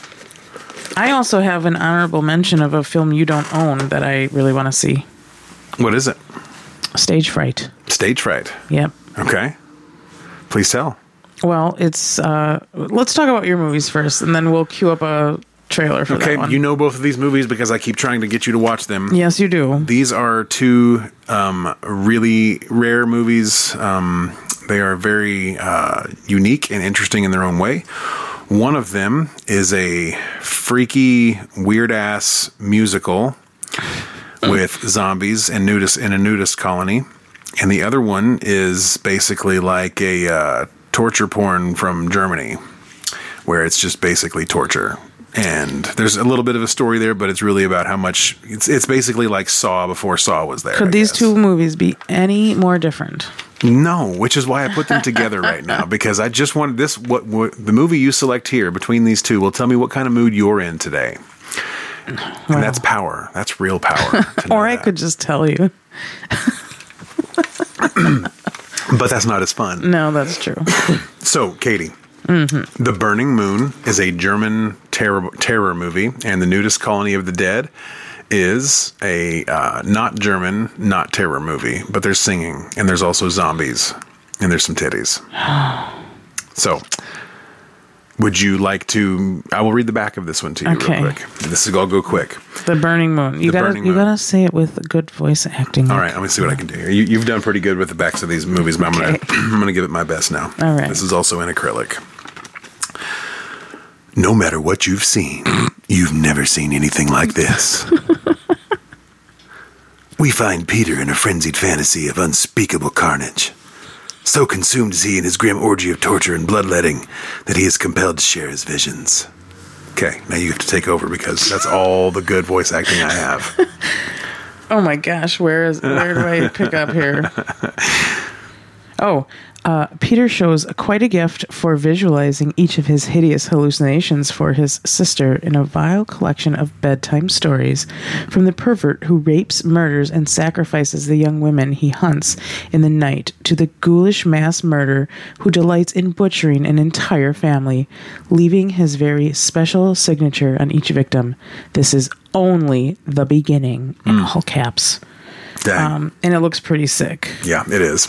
I also have an honorable mention of a film you don't own that I really want to see,
What is it?
Stage Fright.
Stage fright.
Yep.
Okay. Please tell.
Well, it's uh, let's talk about your movies first, and then we'll queue up a trailer for
okay,
that one.
you know both of these movies because I keep trying to get you to watch them.
Yes, you do.
These are two um, really rare movies. Um, they are very uh, unique and interesting in their own way. One of them is a freaky, weird ass musical with zombies and nudists in a nudist colony, and the other one is basically like a uh, torture porn from Germany, where it's just basically torture. And there's a little bit of a story there, but it's really about how much it's. It's basically like Saw before Saw was there. I
Could these
guess.
two movies be any more different?
No, which is why I put them together right now because I just wanted this. What, what the movie you select here between these two will tell me what kind of mood you're in today,
Wow.
and that's power. That's real power.
or I could just tell you.
but that's not as fun.
No, that's true.
So, Katie,
Mhm.
The Burning Moon is a German terror terror movie, and The Nudist Colony of the Dead is a uh, not German, not terror movie. But there's singing, and there's also zombies, and there's some titties. So, would you like to? I will read the back of this one to you
Okay.
real quick. This is all go quick.
The Burning Moon. You
The
gotta
Burning
you
Moon.
gotta say it with good voice acting.
All right, let me see what I can do here. You, you've done pretty good with the backs of these movies, but I'm gonna I'm gonna give it my best now.
All right.
This is also in acrylic. No matter what you've seen, you've never seen anything like this.
We find Peter in a frenzied fantasy of unspeakable carnage. So consumed is he in his grim orgy of torture and bloodletting that he is compelled to share his visions.
Okay, now you have to take over because that's all the good voice acting I have.
Oh my gosh, where is where do I pick up here? Oh, uh, Peter shows quite a gift for visualizing each of his hideous hallucinations for his sister in a vile collection of bedtime stories from the pervert who rapes, murders, and sacrifices the young women he hunts in the night to the ghoulish mass murderer who delights in butchering an entire family, leaving his very special signature on each victim. This is only the beginning, in all caps.
Dang.
Um, and it looks pretty sick.
yeah, it is.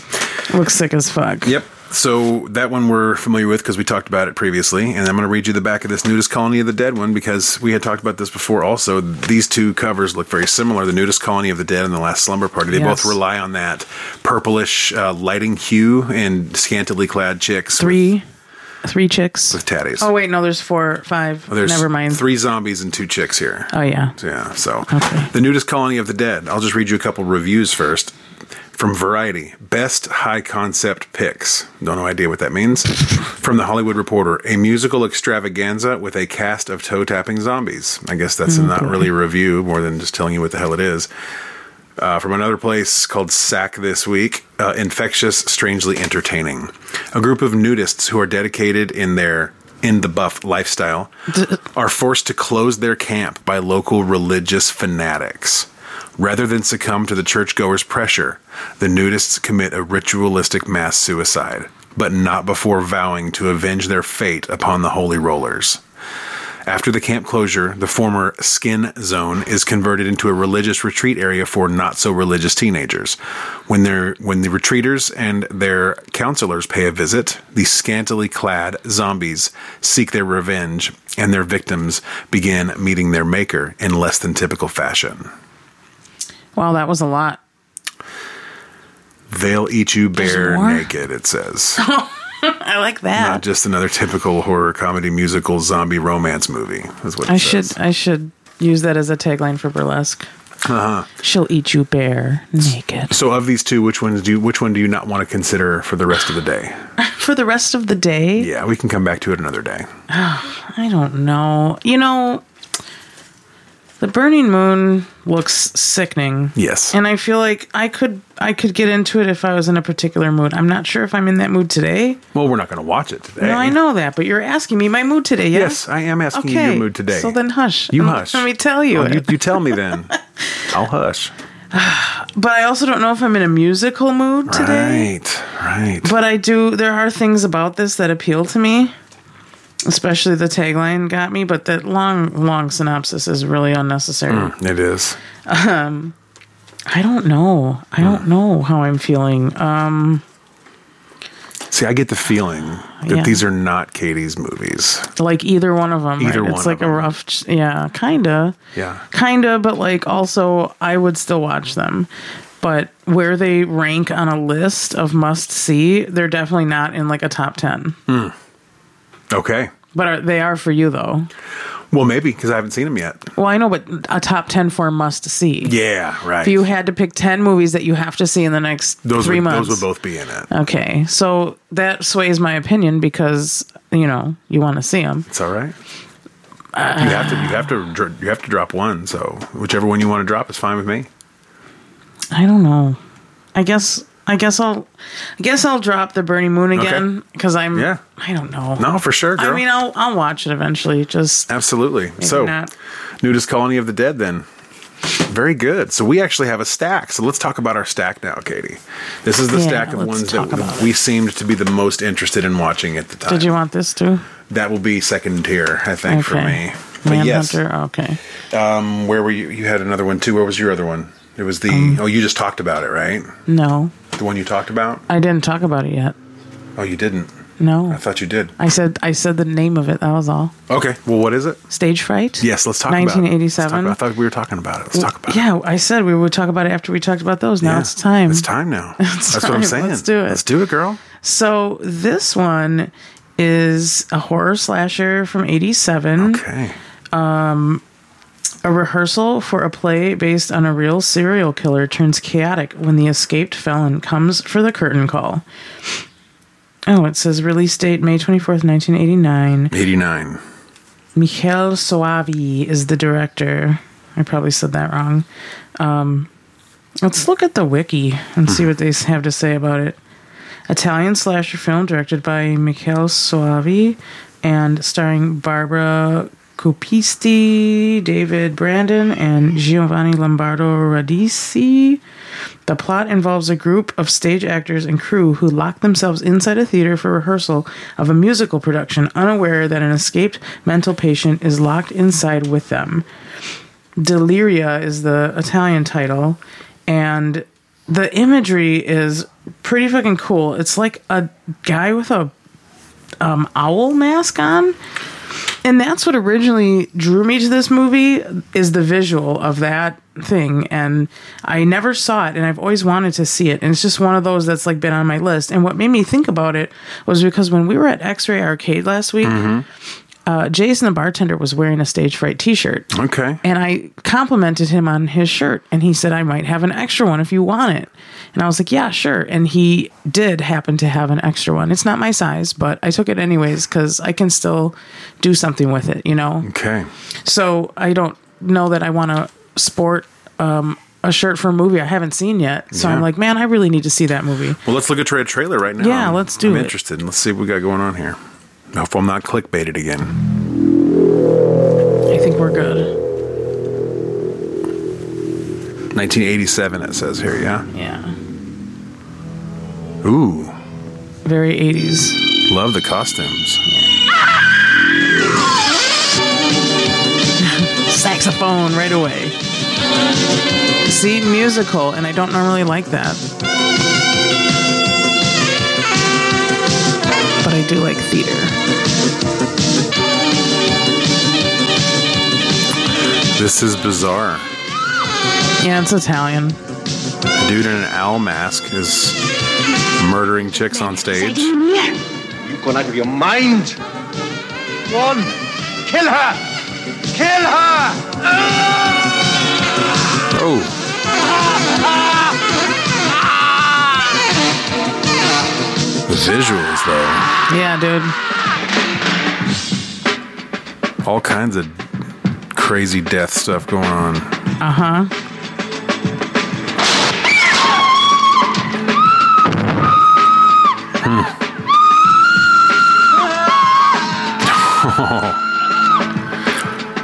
Looks sick as fuck.
Yep. So that one we're familiar with because we talked about it previously, and I'm going to read you the back of this Nudist Colony of the Dead one because we had talked about this before. Also, these two covers look very similar: the Nudist Colony of the Dead and the Last Slumber Party. They
Yes.
both rely on that purplish uh, lighting hue and scantily clad chicks.
Three, three chicks
with tatties.
Oh wait, no, there's four, five.
Well, there's
Never mind.
Three zombies and two chicks here.
Oh yeah.
Yeah. So the nudist colony of the dead. I'll just read you a couple reviews first from Variety. Best high concept picks. Don't no idea what that means. from the Hollywood Reporter, a musical extravaganza with a cast of toe tapping zombies. I guess that's
Oh,
not
boy.
really a review more than just telling you what the hell it is. Uh, from another place called Sack this week, uh, infectious, strangely entertaining. A group of nudists who are dedicated in their in the buff lifestyle are forced to close their camp by local religious fanatics. Rather than succumb to the churchgoers' pressure, the nudists commit a ritualistic mass suicide, but not before vowing to avenge their fate upon the holy rollers. After the camp closure, the former skin zone is converted into a religious retreat area for not so religious teenagers. When their when the retreaters and their counselors pay a visit, the scantily clad zombies seek their revenge and their victims begin meeting their maker in less than typical fashion.
Wow, that was a lot.
They'll eat you bare
more?
naked, it says.
I like that.
Not just another typical horror comedy musical zombie romance movie. Is what it
I
says.
should I should use that as a tagline for burlesque.
Uh-huh.
She'll eat you bare naked.
So of these two, which ones do you, which one do you not want to consider for the rest of the day?
For the rest of the day,
Yeah, we can come back to it another day.
I don't know. You know, the burning moon looks sickening.
Yes.
And I feel like I could I could get into it if I was in a particular mood. I'm not sure if I'm in that mood today.
Well, we're not going to watch it today.
No, I know that, but you're asking me my mood today. Yes,
Yes, I am asking you your mood today.
So then hush.
You
and
hush.
Let me tell you.
Well,
it.
you, you tell me then. I'll hush.
but I also don't know if I'm in a musical mood today.
Right, right.
But I do. There are things about this that appeal to me, especially the tagline got me. But that long, long synopsis is really unnecessary.
Mm, it is.
Um,
Mm.
Uh, I don't know. I don't know how I'm feeling. Um,
See, I get the feeling that
Yeah.
these are not Katie's movies.
Like either one of them.
Either
right?
one of
It's like a rough, yeah, kinda.
Yeah.
Kinda, but like also I would still watch them. But where they rank on a list of must see, they're definitely not in like a top 10.
Hmm. Okay.
But are, they are for you though.
Well, maybe because I haven't seen them yet.
Well, I know, but a top 10 for must see.
Yeah, right.
If you had to pick 10 movies that you have to see in the next
those
three
would,
months.
those would both be in it.
Okay. So that sways my opinion because, you know, you want to see them.
It's all right. you have to you have to dr- you have to drop one. So whichever one you want to drop is fine with me.
I don't know. I guess I guess I'll I guess I'll drop the Bernie Moon
Okay.
again because I'm
Yeah.
I don't know.
No, for sure, girl.
I mean, I'll I'll watch it eventually. Just
Absolutely.
maybe
So
not.
Nudist Colony of the Dead then. Very good. So we actually have a stack. So let's talk about our stack now, Katie. This is the
Yeah,
stack of
let's
ones
talk about
that we seemed to be the most interested in watching at the time.
Did you want this too?
That will be second tier, uh, I think, for me.
Okay.
But
Manhunter. Okay.
yes, um, where were you? You had another one too. Where was your other one? It was the
Um,
oh, you just talked about it, right?
No,
The one you talked about?
I didn't talk about it yet.
Oh, you didn't.
No.
I thought you did.
I said I said the name of it. That was all.
Okay. Well, what is it?
Stage fright.
Yes, let's talk about it. Let's talk
1987.
about- I thought we were talking about it. Let's talk about
yeah, I said we would talk about it after we talked about those. Now
Yeah,
it's time.
It's time now.
It's
That's what I'm
time.
saying.
Let's do it.
Let's do it, girl.
So this one is a horror slasher from '87.
Okay.
Um, a rehearsal for a play based on a real serial killer turns chaotic when the escaped felon comes for the curtain call. Oh, it says release date May 24th, 1989.
89.
Michel Soavi is the director. I probably said that wrong. Um, let's look at the wiki and see what they have to say about it. Italian slasher film directed by Michel Soavi and starring Barbara Cupisti, David Brandon, and Giovanni Lombardo Radici. The plot involves a group of stage actors and crew who lock themselves inside a theater for rehearsal of a musical production, unaware that an escaped mental patient is locked inside with them. Deliria is the Italian title, and the imagery is pretty fucking cool. It's like a guy with a um, owl mask on, and that's what originally drew me to this movie is the visual of that thing. And I never saw it, and I've always wanted to see it. And it's just one of those that's like been on my list. And what made me think about it was because when we were at X Ray Arcade last week. Uh, Jason, the bartender, was wearing a stage fright T-shirt.
Okay.
And I complimented him on his shirt, and he said, "I might have an extra one if you want it." And I was like, "Yeah, sure." And he did happen to have an extra one. It's not my size, but I took it anyways because I can still do something with it, you know.
Okay.
So I don't know that I want to sport um, a shirt for a movie I haven't seen yet. So
Yeah.
I'm like, man, I really need to see that movie.
Well, let's look at a trailer right now.
Yeah, let's do
I'm
it.
interested. Let's see what we got going on here. I Hope I'm not clickbaited again.
I think we're good.
1987, it says here, yeah?
Yeah.
Ooh,
Very 80s.
love the costumes.
Saxophone right away. See, musical, and I don't normally like that. But I do like theater.
This is bizarre.
Yeah, it's Italian.
A dude in an owl mask is murdering chicks on stage.
You've gone out of your mind. Go on. Kill her. Kill her.
Oh, the visuals, though.
Yeah, dude.
All kinds of crazy death stuff going on.
Uh huh.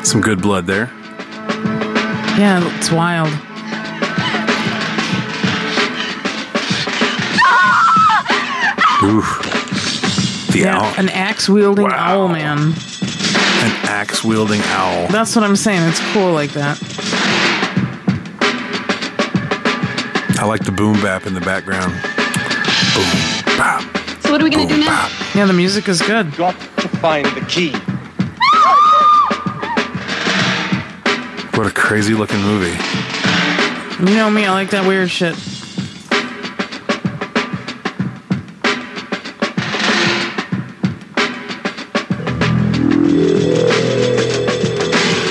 Some good blood there.
Yeah, it's wild.
Oof. The owl.
An axe wielding owl man.
An axe wielding owl.
That's what I'm saying. It's cool like that.
I like the boom bap in the background. Boom, bap.
So what are we gonna do now?
Yeah, the music is good.
Got to find the key.
What a crazy looking movie.
You know me, I like that weird shit.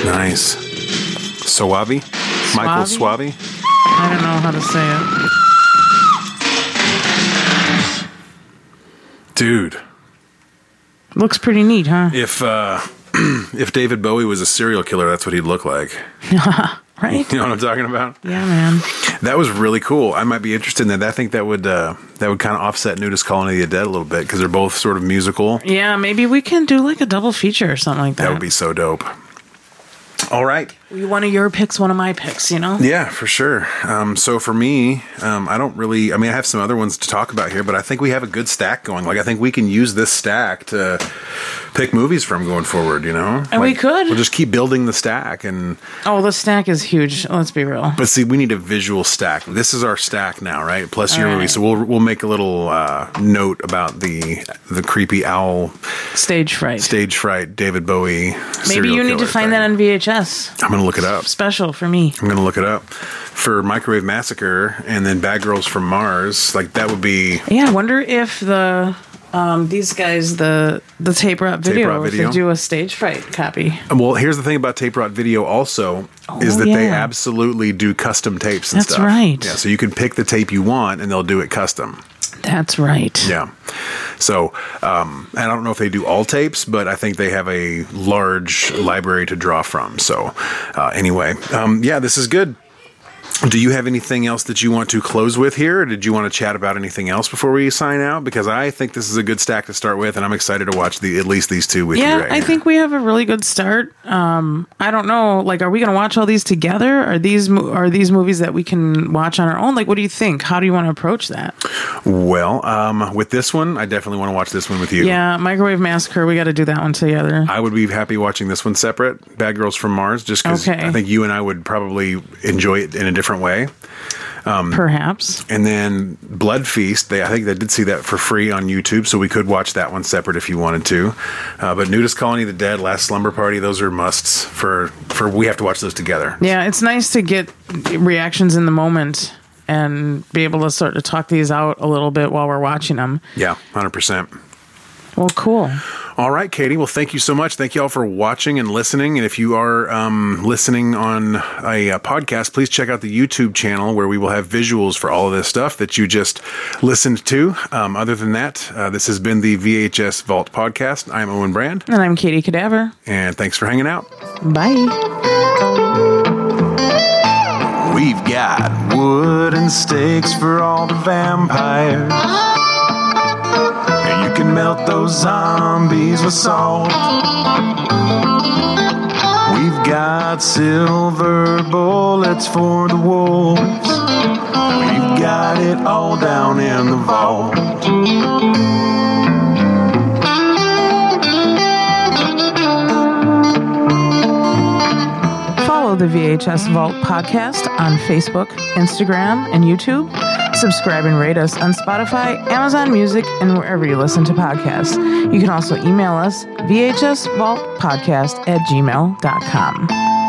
Nice. Suave? Michael
Suave?
Suave?
I don't know how to say it.
Dude,
Looks pretty neat, huh?
if uh, if David Bowie was a serial killer, that's what he'd look like.
right?
You know what I'm talking about?
Yeah, man.
That was really cool. I might be interested in that. I think that would uh, that would kind of offset Nudist Colony of the Dead a little bit because they're both sort of musical.
Yeah, maybe we can do like a double feature or something like that.
That would be so dope. All right.
One of your picks, one of my picks, you know?
Yeah, for sure. Um, so for me, um, I don't really. I mean, I have some other ones to talk about here, but I think we have a good stack going. Like, I think we can use this stack to pick movies from going forward. You know,
And we
Like,
could.
We'll just keep building the stack, and
Oh, the stack is huge. Let's be real.
but see, we need a visual stack. This is our stack now, right? Plus your
All
movie.
right.
So we'll we'll make a little uh, note about the the creepy owl
stage fright,
stage fright, David Bowie.
Maybe
serial
you need to
killer
find
thing.
that on VHS.
I'm gonna look it up.
Special for me.
I'm gonna look it up for Microwave Massacre and then Bad Girls from Mars. Like that would be
Yeah, I wonder if the um, these guys the the tape rot
Tape
video,
rot
if
video.
they do a stage fright copy.
well. Here's the thing about tape rot video also is
Oh,
that they
yeah.
absolutely do custom tapes and
That's
stuff.
right.
Yeah, so you can pick the tape you want and they'll do it custom.
That's right.
Yeah. So um, and I don't know if they do all tapes, but I think they have a large library to draw from. So uh, anyway, um, yeah, this is good. Do you have anything else that you want to close with here? Or did you want to chat about anything else before we sign out? Because I think this is a good stack to start with, and I'm excited to watch the at least these two with
yeah,
you right
I
here.
think we have a really good start. Um, I don't know, like, are we going to watch all these together? Are these mo- are these movies that we can watch on our own? Like, what do you think? How do you want to approach that?
Well, um, with this one, I definitely want to watch this one with you.
Yeah, Microwave Massacre. We got to do that one together.
I would be happy watching this one separate, Bad Girls from Mars, just because
Okay.
I think you and I would probably enjoy it in a different way. Um,
Perhaps.
And then Blood Feast, they I think they did see that for free on YouTube, so we could watch that one separate if you wanted to. Uh, but Nudist Colony, The Dead, Last Slumber Party, those are musts for for we have to watch those together.
Yeah, it's nice to get reactions in the moment and be able to sort of talk these out a little bit while we're watching them.
Yeah, hundred percent.
Well, cool.
All right, Katie. Well, thank you so much. Thank you all for watching and listening. And if you are um, listening on a uh, podcast, please check out the YouTube channel where we will have visuals for all of this stuff that you just listened to. Um, other than that, uh, this has been the VHS Vault podcast. I'm Owen Brand,
And I'm Katie Cadaver.
and thanks for hanging out.
Bye.
We've got wooden stakes for all the vampires. And you can melt those zombies with salt. We've got silver bullets for the wolves. We've got it all down in the vault.
Follow the VHS Vault podcast on Facebook, Instagram, and YouTube. Subscribe and rate us on Spotify, Amazon Music, and wherever you listen to podcasts. You can also email us vhsvaultpodcast at gmail.com.